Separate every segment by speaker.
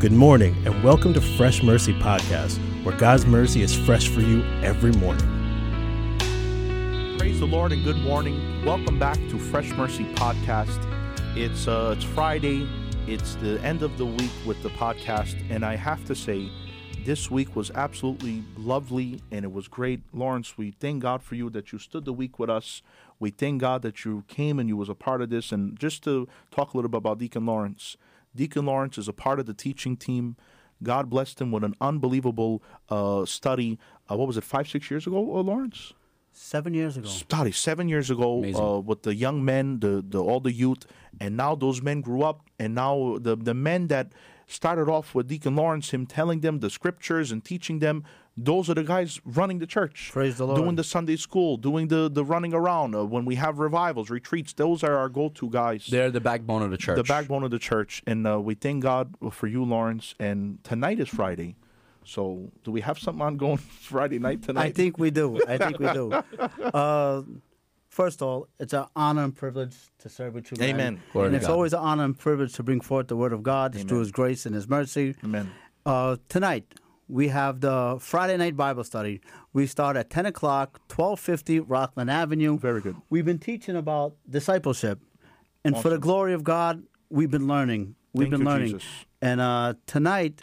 Speaker 1: Good morning, and welcome to Fresh Mercy Podcast, where God's mercy is fresh for you every morning.
Speaker 2: Praise the Lord and good morning. Welcome back to Fresh Mercy Podcast. It's uh, it's Friday. It's the end of the week with the podcast, and I have to say, this week was absolutely lovely and it was great. Lawrence, we thank God for you that you stood the week with us. We thank God that you came and you was a part of this. And just to talk a little bit about Deacon Lawrence, Deacon Lawrence is a part of the teaching team. God blessed him with an unbelievable uh, study. Uh, what was it, five, six years ago, uh, Lawrence?
Speaker 3: Seven years ago.
Speaker 2: Sorry, seven years ago uh, with the young men, the, the all the youth, and now those men grew up, and now the the men that started off with Deacon Lawrence, him telling them the scriptures and teaching them, those are the guys running the church,
Speaker 3: Praise the Lord.
Speaker 2: doing the Sunday school, doing the the running around uh, when we have revivals, retreats. Those are our go to guys.
Speaker 4: They're the backbone of the church.
Speaker 2: the backbone of the church, and uh, we thank God for you, Lawrence. And tonight is Friday, so do we have something ongoing Friday night tonight?
Speaker 3: I think we do. I think we do. Uh, first of all, it's an honor and privilege to serve with you. man.
Speaker 2: Amen.
Speaker 4: Glory
Speaker 3: and
Speaker 4: to
Speaker 3: it's
Speaker 4: God.
Speaker 3: always an honor and privilege to bring forth the word of God through His grace and His mercy.
Speaker 2: Amen.
Speaker 3: Uh, tonight we have the Friday night Bible study. We start at ten o'clock, twelve fifty Rockland Avenue.
Speaker 2: Very good.
Speaker 3: We've been teaching about discipleship, and for the glory of God, we've been learning. We've
Speaker 2: Thank
Speaker 3: been
Speaker 2: you,
Speaker 3: learning.
Speaker 2: Jesus.
Speaker 3: And uh, tonight,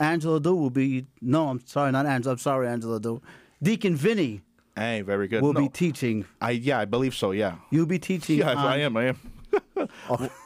Speaker 3: Angela Du will be. No, I'm sorry, not Angela. I'm sorry, Angela Du. Deacon Vinny
Speaker 2: Hey, very good.
Speaker 3: will
Speaker 2: No.
Speaker 3: be teaching.
Speaker 2: I yeah, I believe so. Yeah.
Speaker 3: You'll be teaching.
Speaker 2: Yeah,
Speaker 3: on
Speaker 2: I am. I am.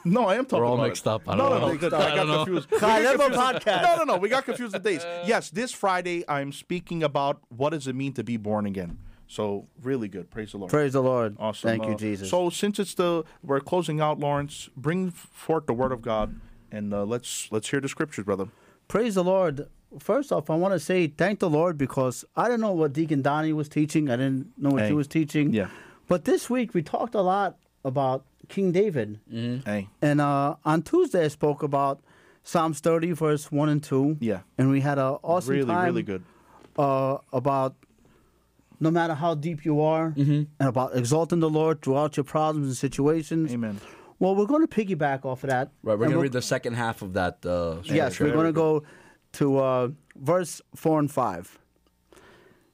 Speaker 2: no, I am talking.
Speaker 4: We're all
Speaker 2: about
Speaker 4: mixed
Speaker 2: it.
Speaker 4: up. I
Speaker 2: no,
Speaker 4: don't
Speaker 2: no,
Speaker 4: know.
Speaker 2: no. good.
Speaker 4: I
Speaker 2: I, got
Speaker 4: don't know.
Speaker 2: confused.
Speaker 3: High level podcast.
Speaker 2: No, no, no. We got confused with days. Yes, this Friday I'm speaking about what does it mean to be born again. So really good. Praise the Lord.
Speaker 3: Praise the Lord.
Speaker 2: awesome.
Speaker 3: Thank you,
Speaker 2: Uh,
Speaker 3: Jesus.
Speaker 2: So since it's the we're closing out, Lawrence, bring forth the word of God and uh, let's let's hear the scriptures, brother.
Speaker 3: Praise the Lord. First off, I want to say thank the Lord because I don't know what Deacon Donnie was teaching. I didn't know what
Speaker 2: Hey.
Speaker 3: you was teaching.
Speaker 2: Yeah.
Speaker 3: But this week we talked a lot about King David.
Speaker 2: Hey.
Speaker 3: And uh, on Tuesday I spoke about Psalms 30, verse 1 and 2.
Speaker 2: Yeah.
Speaker 3: And we had an awesome
Speaker 2: Really,
Speaker 3: time
Speaker 2: really good.
Speaker 3: uh, about no matter how deep you are
Speaker 2: Mm-hmm.
Speaker 3: and about exalting the Lord throughout your problems and situations.
Speaker 2: Amen.
Speaker 3: Well, we're going to piggyback off of that.
Speaker 4: right, we're
Speaker 3: and
Speaker 4: going to
Speaker 3: we'll-
Speaker 4: read the second half of that. Uh,
Speaker 3: Yes,
Speaker 4: scripture.
Speaker 3: we're going to go to uh, verse 4 and 5.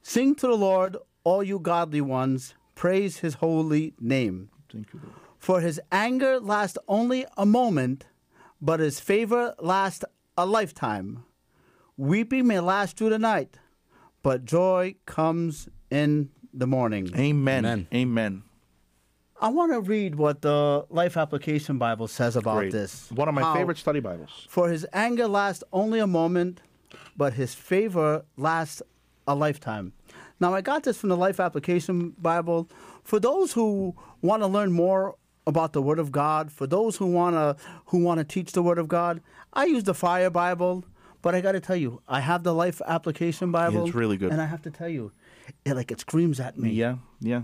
Speaker 3: Sing to the Lord, all you godly ones, praise his holy name.
Speaker 2: Thank you. Lord.
Speaker 3: For his anger lasts only a moment, but his favor lasts a lifetime. Weeping may last through the night, but joy comes in the morning.
Speaker 2: Amen. Amen.
Speaker 4: Amen.
Speaker 3: I want to read what the Life Application Bible says about
Speaker 2: Great.
Speaker 3: this.
Speaker 2: One of my
Speaker 3: How-
Speaker 2: favorite study Bibles.
Speaker 3: For his anger lasts only a moment, but his favor lasts a lifetime. Now, I got this from the Life Application Bible. For those who want to learn more about the Word of God, for those who want to who want to teach the Word of God, I use the Fire Bible. But I got to tell you, I have the Life Application Bible.
Speaker 2: really good.
Speaker 3: and I have to tell you, it like it screams at me.
Speaker 2: Yeah. Yeah.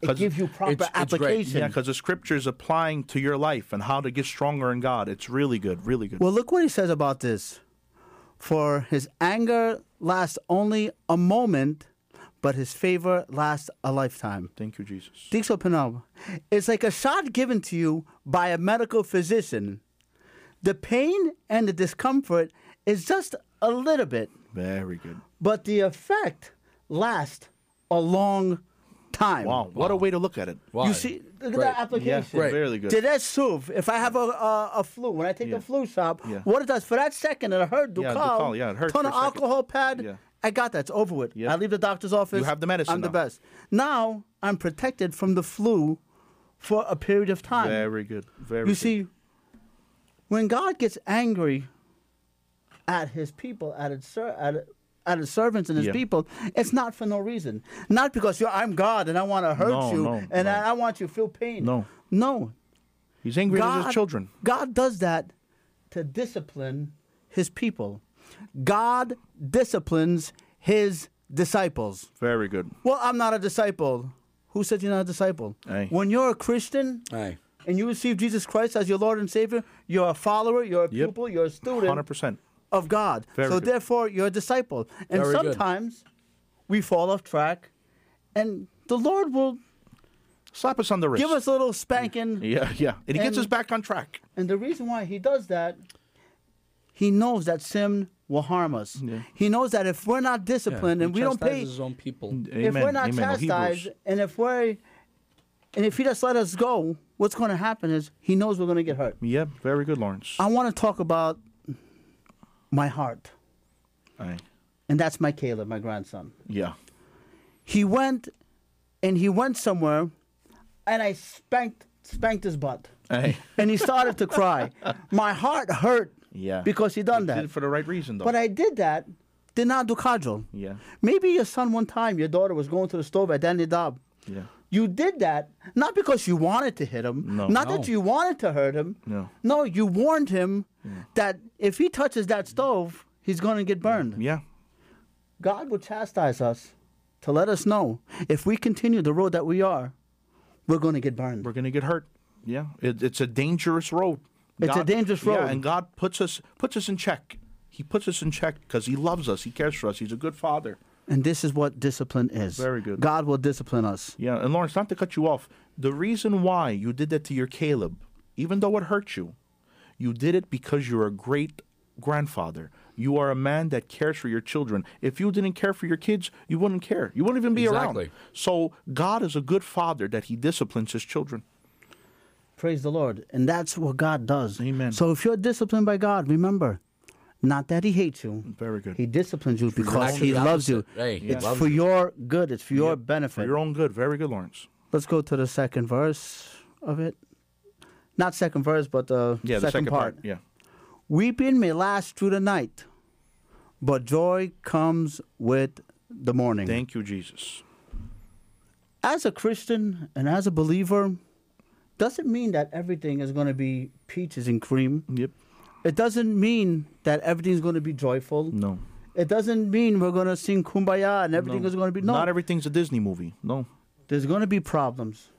Speaker 3: it
Speaker 2: 'Cause-
Speaker 3: gives you proper
Speaker 4: it's great.
Speaker 3: application.
Speaker 2: Yeah, because the scripture is applying to your life and how to get stronger in God. It's really good, really good.
Speaker 3: Well, look what he says about this. For his anger lasts only a moment, but his favor lasts a lifetime.
Speaker 2: Thank you, Jesus.
Speaker 3: Dixo Penal, it's like a shot given to you by a medical physician. The pain and the discomfort is just a little bit,
Speaker 2: Very good.
Speaker 3: but the effect lasts a long time.
Speaker 2: Wow, what a way to look at it.
Speaker 4: Why?
Speaker 3: You see, look
Speaker 4: Great.
Speaker 3: at the
Speaker 2: Yeah,
Speaker 3: application.
Speaker 4: Great.
Speaker 2: really good.
Speaker 3: Did that soothe? If I have a a, a flu, when I take the flu shot,
Speaker 2: Yeah.
Speaker 3: what it does for that second that I heard Ducal,
Speaker 2: Yeah, Ducal, yeah, it hurts
Speaker 3: ton
Speaker 2: for
Speaker 3: of
Speaker 2: a second.
Speaker 3: alcohol pad,
Speaker 2: Yeah.
Speaker 3: I got that. It's over with.
Speaker 2: Yeah.
Speaker 3: I leave the doctor's office.
Speaker 2: You have the medicine
Speaker 3: I'm the
Speaker 2: now.
Speaker 3: best. Now I'm protected from the flu for a period of time.
Speaker 2: Very good. Very
Speaker 3: you
Speaker 2: good.
Speaker 3: see, when God gets angry at His people, at His ser- at at his servants and his
Speaker 2: Yeah.
Speaker 3: people, it's not for no reason. Not because you're, I'm God and I want to hurt
Speaker 2: No,
Speaker 3: you
Speaker 2: no,
Speaker 3: and
Speaker 2: no.
Speaker 3: I, I want you to feel pain.
Speaker 2: No.
Speaker 3: No,
Speaker 2: he's angry at his children.
Speaker 3: God does that to discipline his people. God disciplines his disciples.
Speaker 2: Very good.
Speaker 3: Well, I'm not a disciple. Who said you're not a disciple?
Speaker 2: Aye.
Speaker 3: When you're a Christian
Speaker 4: Aye.
Speaker 3: and you receive Jesus Christ as your Lord and Savior, you're a follower, you're a
Speaker 2: Yep.
Speaker 3: pupil, you're a student
Speaker 2: Hundred percent.
Speaker 3: of God.
Speaker 2: Very
Speaker 3: so
Speaker 2: good.
Speaker 3: therefore, you're a disciple. And
Speaker 4: Very good.
Speaker 3: sometimes we fall off track and the Lord will
Speaker 2: Slap us on the wrist.
Speaker 3: give us a little spanking
Speaker 2: Yeah, yeah. And he gets
Speaker 3: And-
Speaker 2: us back on track.
Speaker 3: And the reason why he does that, He knows that sin will harm us. He knows that if we're not disciplined and
Speaker 5: He
Speaker 3: we don't pay,
Speaker 5: chastises his own people.
Speaker 3: if
Speaker 2: Amen.
Speaker 3: we're not
Speaker 2: Amen. Oh,
Speaker 3: chastised,
Speaker 2: Hebrews.
Speaker 3: and if we're, and if he just let us go, what's going to happen is he knows we're going to get hurt.
Speaker 2: Yeah, very good, Lawrence.
Speaker 3: I want to talk about my heart,
Speaker 2: Aye.
Speaker 3: and that's my Caleb, my grandson.
Speaker 2: Yeah.
Speaker 3: He went, and he went somewhere, and I spanked spanked his butt,
Speaker 2: Aye.
Speaker 3: and he started to cry. My heart hurt
Speaker 2: Yeah.
Speaker 3: because he done
Speaker 2: You
Speaker 3: that.
Speaker 2: did it for the right reason, though.
Speaker 3: but I did that, did not do cajole.
Speaker 2: Yeah.
Speaker 3: Maybe your son one time, your daughter was going to the stove at Danny Dob.
Speaker 2: Yeah.
Speaker 3: You did that not because you wanted to hit him,
Speaker 2: No.
Speaker 3: not
Speaker 5: No.
Speaker 3: that you wanted to hurt him.
Speaker 2: No.
Speaker 3: No, you warned him that if he touches that stove, he's going to get burned.
Speaker 2: Yeah.
Speaker 3: God will chastise us to let us know if we continue the road that we are, we're going to get burned.
Speaker 2: We're gonna get hurt. Yeah. It, it's a dangerous road.
Speaker 3: It's a dangerous road.
Speaker 2: Yeah, and God puts us puts us in check. He puts us in check because He loves us. He cares for us. He's a good father.
Speaker 3: And this is what discipline is.
Speaker 2: Very good.
Speaker 3: God will discipline us.
Speaker 2: Yeah, and Lawrence, not to cut you off, the reason why you did that to your Caleb, even though it hurt you, you did it because you're a great grandfather. You are a man that cares for your children. If you didn't care for your kids, you wouldn't care. You wouldn't even be around.
Speaker 4: Exactly.
Speaker 2: So God is a good father that He disciplines His children.
Speaker 3: Praise the Lord. And that's what God does.
Speaker 2: Amen.
Speaker 3: So if you're disciplined by God, remember, not that He hates you.
Speaker 2: Very good.
Speaker 3: He disciplines you because
Speaker 4: Exactly
Speaker 3: He
Speaker 4: the
Speaker 3: loves you.
Speaker 4: opposite. Right, He
Speaker 3: It's
Speaker 4: loves
Speaker 3: for
Speaker 4: you.
Speaker 3: your good, it's for your benefit.
Speaker 2: For your own good. Very good, Lawrence.
Speaker 3: Let's go to the second verse of it. Not second verse, but the,
Speaker 2: Yeah,
Speaker 3: second,
Speaker 2: the second
Speaker 3: part.
Speaker 2: part. Yeah.
Speaker 3: Weeping may last through the night, but joy comes with the morning.
Speaker 2: Thank you, Jesus.
Speaker 3: as a Christian and as a believer, doesn't mean that everything is going to be peaches and cream.
Speaker 2: Yep.
Speaker 3: It doesn't mean that everything's going to be joyful.
Speaker 2: No.
Speaker 3: It doesn't mean we're going to sing kumbaya and everything is going to be no.
Speaker 2: Not everything's a Disney movie. No.
Speaker 3: There's going to be problems.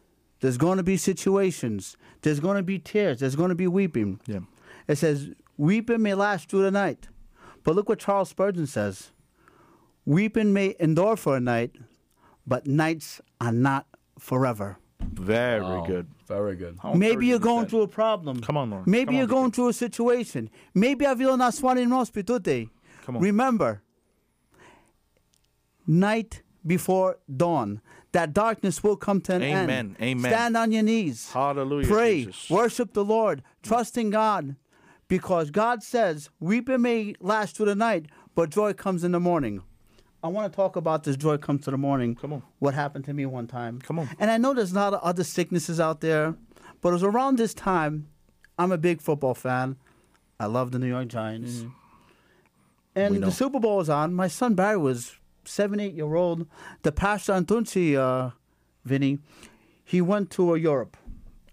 Speaker 3: There's going to be situations. There's going to be tears. There's going to be weeping.
Speaker 2: Yeah.
Speaker 3: It says, Weeping may last through the night. But look what Charles Spurgeon says Weeping may endure for a night, but nights are not forever.
Speaker 2: Very
Speaker 4: Wow.
Speaker 2: good.
Speaker 5: Oh, Very good.
Speaker 2: How
Speaker 3: Oh. Maybe
Speaker 2: encouraging
Speaker 3: you're
Speaker 2: is
Speaker 3: going
Speaker 2: that?
Speaker 3: through a problem.
Speaker 2: Come on, Lawrence.
Speaker 3: Maybe
Speaker 2: Come on,
Speaker 3: you're going through a situation. Maybe avilo na swani nos pitute.
Speaker 2: Come on.
Speaker 3: Remember, night before dawn, that darkness will come to an end.
Speaker 2: Amen. Amen.
Speaker 3: Stand on your knees.
Speaker 2: Hallelujah,
Speaker 3: Pray.
Speaker 2: Jesus.
Speaker 3: Worship the Lord. Trust in God, because God says, "Weeping may last through the night, but joy comes in the morning." I want to talk about this joy comes to the morning.
Speaker 2: Come on.
Speaker 3: What happened to me one time.
Speaker 2: Come on.
Speaker 3: And I know there's not other sicknesses out there, but it was around this time. I'm a big football fan. I love the New York Giants.
Speaker 2: Mm-hmm. We
Speaker 3: And
Speaker 2: know.
Speaker 3: the Super Bowl was on. My son Barry was seven, eight year old. The pastor Antunci, uh, Vinny, he went to uh, Europe.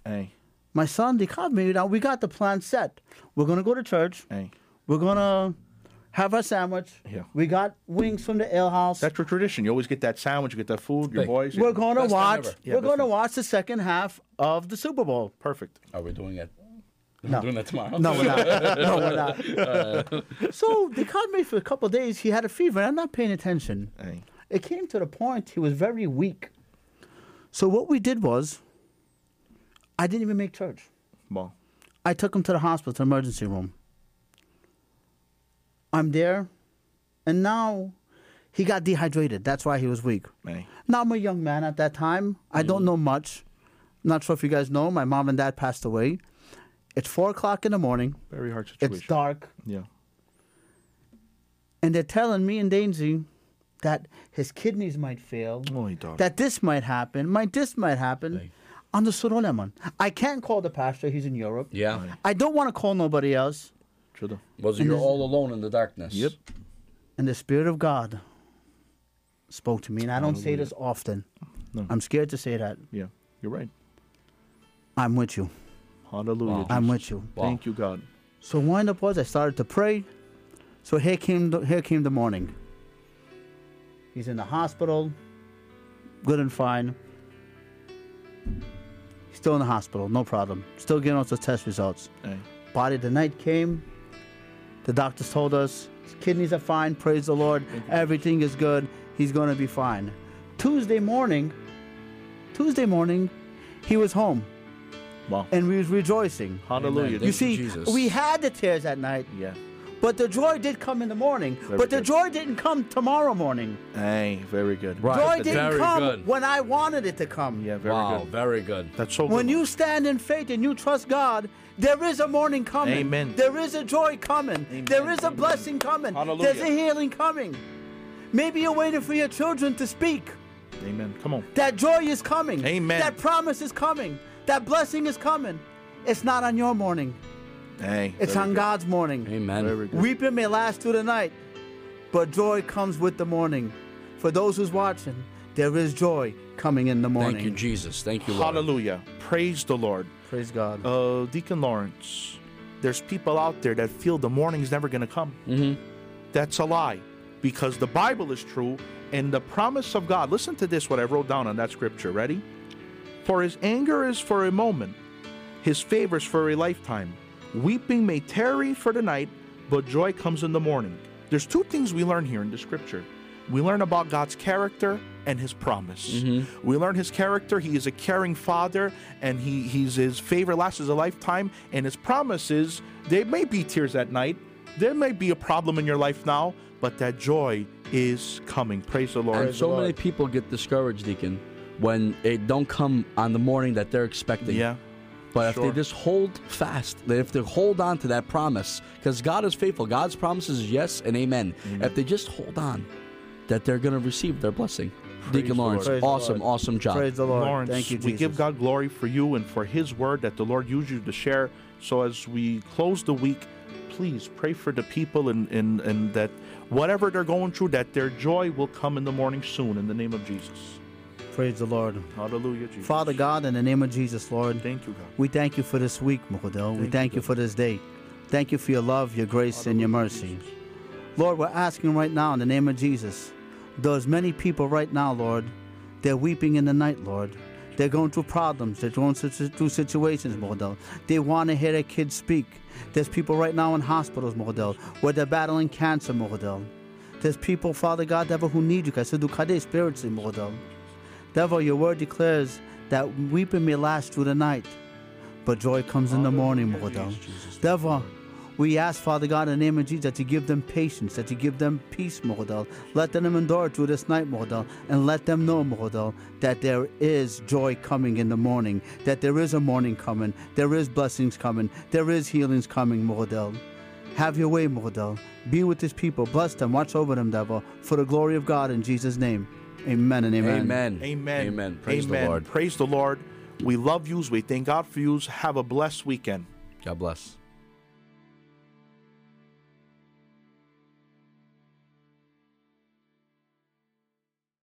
Speaker 2: Hey,
Speaker 3: My son, they called me. Now we got the plan set. We're gonna go to church.
Speaker 2: hey.
Speaker 3: We're gonna have our sandwich.
Speaker 2: Yeah.
Speaker 3: We got wings from the ale house.
Speaker 2: That's your tradition. You always get that sandwich, you get that food, your
Speaker 5: Big.
Speaker 2: boys.
Speaker 3: we're going to
Speaker 5: Best time
Speaker 3: watch.
Speaker 5: ever.
Speaker 2: Yeah,
Speaker 3: we're
Speaker 2: best
Speaker 3: going to
Speaker 2: time.
Speaker 3: watch the second half of the Super Bowl.
Speaker 2: Perfect.
Speaker 5: Are we doing it?
Speaker 3: No.
Speaker 5: We're doing that tomorrow.
Speaker 3: No, we're not. No, we're not. so they called me for a couple of days. He had a fever. and I'm not paying attention.
Speaker 2: Hey.
Speaker 3: It came to the point he was very weak. So what we did was, I didn't even make church.
Speaker 2: Well,
Speaker 3: I took him to the hospital, to the emergency room. I'm there, and now he got dehydrated. That's why he was weak.
Speaker 2: hey.
Speaker 3: Now I'm a young man at that time. I don't know much. Not sure if you guys know. My mom and dad passed away. It's four o'clock in the morning.
Speaker 2: Very hard situation.
Speaker 3: It's dark,
Speaker 2: Yeah.
Speaker 3: and they're telling me and Daisy that his kidneys might fail.
Speaker 2: Oh, he died.
Speaker 3: that this might happen, might this might happen.
Speaker 5: Right.
Speaker 3: On the Suroleman. I can't call the pastor, he's in Europe.
Speaker 5: Yeah.
Speaker 3: I don't want to call nobody else.
Speaker 2: Should've.
Speaker 5: Was you're all alone in the darkness?
Speaker 2: Yep.
Speaker 3: And the Spirit of God spoke to me. And I don't say this often.
Speaker 2: No.
Speaker 3: I'm scared to say that.
Speaker 2: Yeah. You're right.
Speaker 3: I'm with you.
Speaker 2: Hallelujah.
Speaker 5: Wow.
Speaker 2: Jesus.
Speaker 3: I'm with you.
Speaker 5: Wow.
Speaker 2: Thank you, God.
Speaker 3: So wind up was I started to pray. So here came the, here came the morning. He's in the hospital, good and fine. He's still in the hospital, no problem. Still getting all the test results.
Speaker 2: Hey.
Speaker 3: Body the night came. The doctors told us his kidneys are fine. Praise the Lord. Everything is good. He's going to be fine. Tuesday morning, Tuesday morning, he was home
Speaker 2: Wow.
Speaker 3: and we was rejoicing.
Speaker 2: Hallelujah.
Speaker 5: Amen.
Speaker 3: You
Speaker 5: Thank you,
Speaker 3: see,
Speaker 5: Jesus.
Speaker 3: we had the tears at night,
Speaker 2: yeah.
Speaker 3: But the joy did come in the morning.
Speaker 2: Very
Speaker 3: but the
Speaker 2: good.
Speaker 3: joy didn't come tomorrow morning.
Speaker 2: Hey, very good.
Speaker 5: Right.
Speaker 3: Joy
Speaker 5: but
Speaker 3: didn't
Speaker 5: very
Speaker 3: come
Speaker 5: good.
Speaker 3: when I wanted it to come.
Speaker 2: Yeah, very
Speaker 5: Wow,
Speaker 2: good.
Speaker 5: very good.
Speaker 2: That's so
Speaker 3: When
Speaker 2: good.
Speaker 3: you stand in faith and you trust God, there is a morning coming.
Speaker 2: Amen.
Speaker 3: There is a joy coming. There is a blessing coming.
Speaker 5: Hallelujah.
Speaker 3: There's a healing coming. Maybe you're waiting for your children to speak.
Speaker 2: Amen. Come on.
Speaker 3: That joy is coming.
Speaker 2: Amen.
Speaker 3: That promise is coming. That blessing is coming. It's not on your morning.
Speaker 2: Hey.
Speaker 3: It's
Speaker 2: very
Speaker 3: on
Speaker 2: good.
Speaker 3: God's morning.
Speaker 5: Amen.
Speaker 2: Very good.
Speaker 3: Weeping may last through the night, but joy comes with the morning. For those who's watching, there is joy coming in the morning.
Speaker 5: Thank you, Jesus. Thank you, Lord.
Speaker 2: Hallelujah. Praise the Lord.
Speaker 3: Praise God.
Speaker 4: Oh,
Speaker 2: Uh, Deacon Lawrence, there's people out there that feel the morning's never going to come.
Speaker 5: Mm-hmm.
Speaker 2: That's a lie because the Bible is true and the promise of God. Listen to this, what I wrote down on that scripture. Ready? For his anger is for a moment, his favors for a lifetime. Weeping may tarry for the night, but joy comes in the morning. There's two things we learn here in the scripture. We learn about God's character and his promise. We learn his character. He is a caring father, and he, he's, his favor lasts a lifetime, and his promises, they may be tears at night. There may be a problem in your life now, but that joy is coming. Praise the Lord.
Speaker 4: And so many people get discouraged, Deacon, when it don't come on the morning that they're expecting.
Speaker 2: yeah.
Speaker 4: But
Speaker 2: sure.
Speaker 4: if they just hold fast, that if they hold on to that promise, because God is faithful, God's promises is yes and amen.
Speaker 3: Mm-hmm.
Speaker 4: If they just hold on, that they're going to receive their blessing. Deacon
Speaker 2: the
Speaker 3: Lord.
Speaker 4: Lawrence,
Speaker 3: Praise the
Speaker 4: awesome,
Speaker 3: Lord.
Speaker 4: awesome job.
Speaker 3: Praise the Lord.
Speaker 2: Lawrence,
Speaker 3: Thank you, Jesus.
Speaker 2: we give God glory for you and for His word that the Lord used you to share. So as we close the week, please pray for the people and, and, and that whatever they're going through, that their joy will come in the morning soon. In the name of Jesus,
Speaker 3: Praise the Lord.
Speaker 2: Hallelujah, Jesus.
Speaker 3: Father God, in the name of Jesus, Lord,
Speaker 2: thank you, God.
Speaker 3: we thank you for this week, Mukhadil. We
Speaker 2: you,
Speaker 3: thank you
Speaker 2: God.
Speaker 3: for this day. Thank you for your love, your grace, and your mercy. Lord, we're asking right now in the name of Jesus, there's many people right now, Lord, they're weeping in the night, Lord. They're going through problems. They're going through, through situations, Mordell. They want to hear their kids speak. There's people right now in hospitals, Mordell, where they're battling cancer, Mordell. There's people, Father God, devil, who need you, God. So do kade spiritually, Mordell. Devil, your word declares that weeping may last through the night, but joy comes in the morning, Mordell. Devil, we ask, Father God, in the name of Jesus, that you give them patience, that you give them peace, Mordel. Let them endure through this night, Mordel, and let them know, Mordel, that there is joy coming in the morning, that there is a morning coming, there is blessings coming, there is healings coming, Mordel. Have your way, Mordel. Be with this people. Bless them. Watch over them, devil, for the glory of God in Jesus' name. Amen and amen.
Speaker 4: Amen.
Speaker 2: Amen.
Speaker 4: Amen. Praise
Speaker 2: Amen.
Speaker 4: the Lord.
Speaker 2: Praise the Lord. We love yous. We thank God for yous. Have a blessed weekend.
Speaker 4: God bless.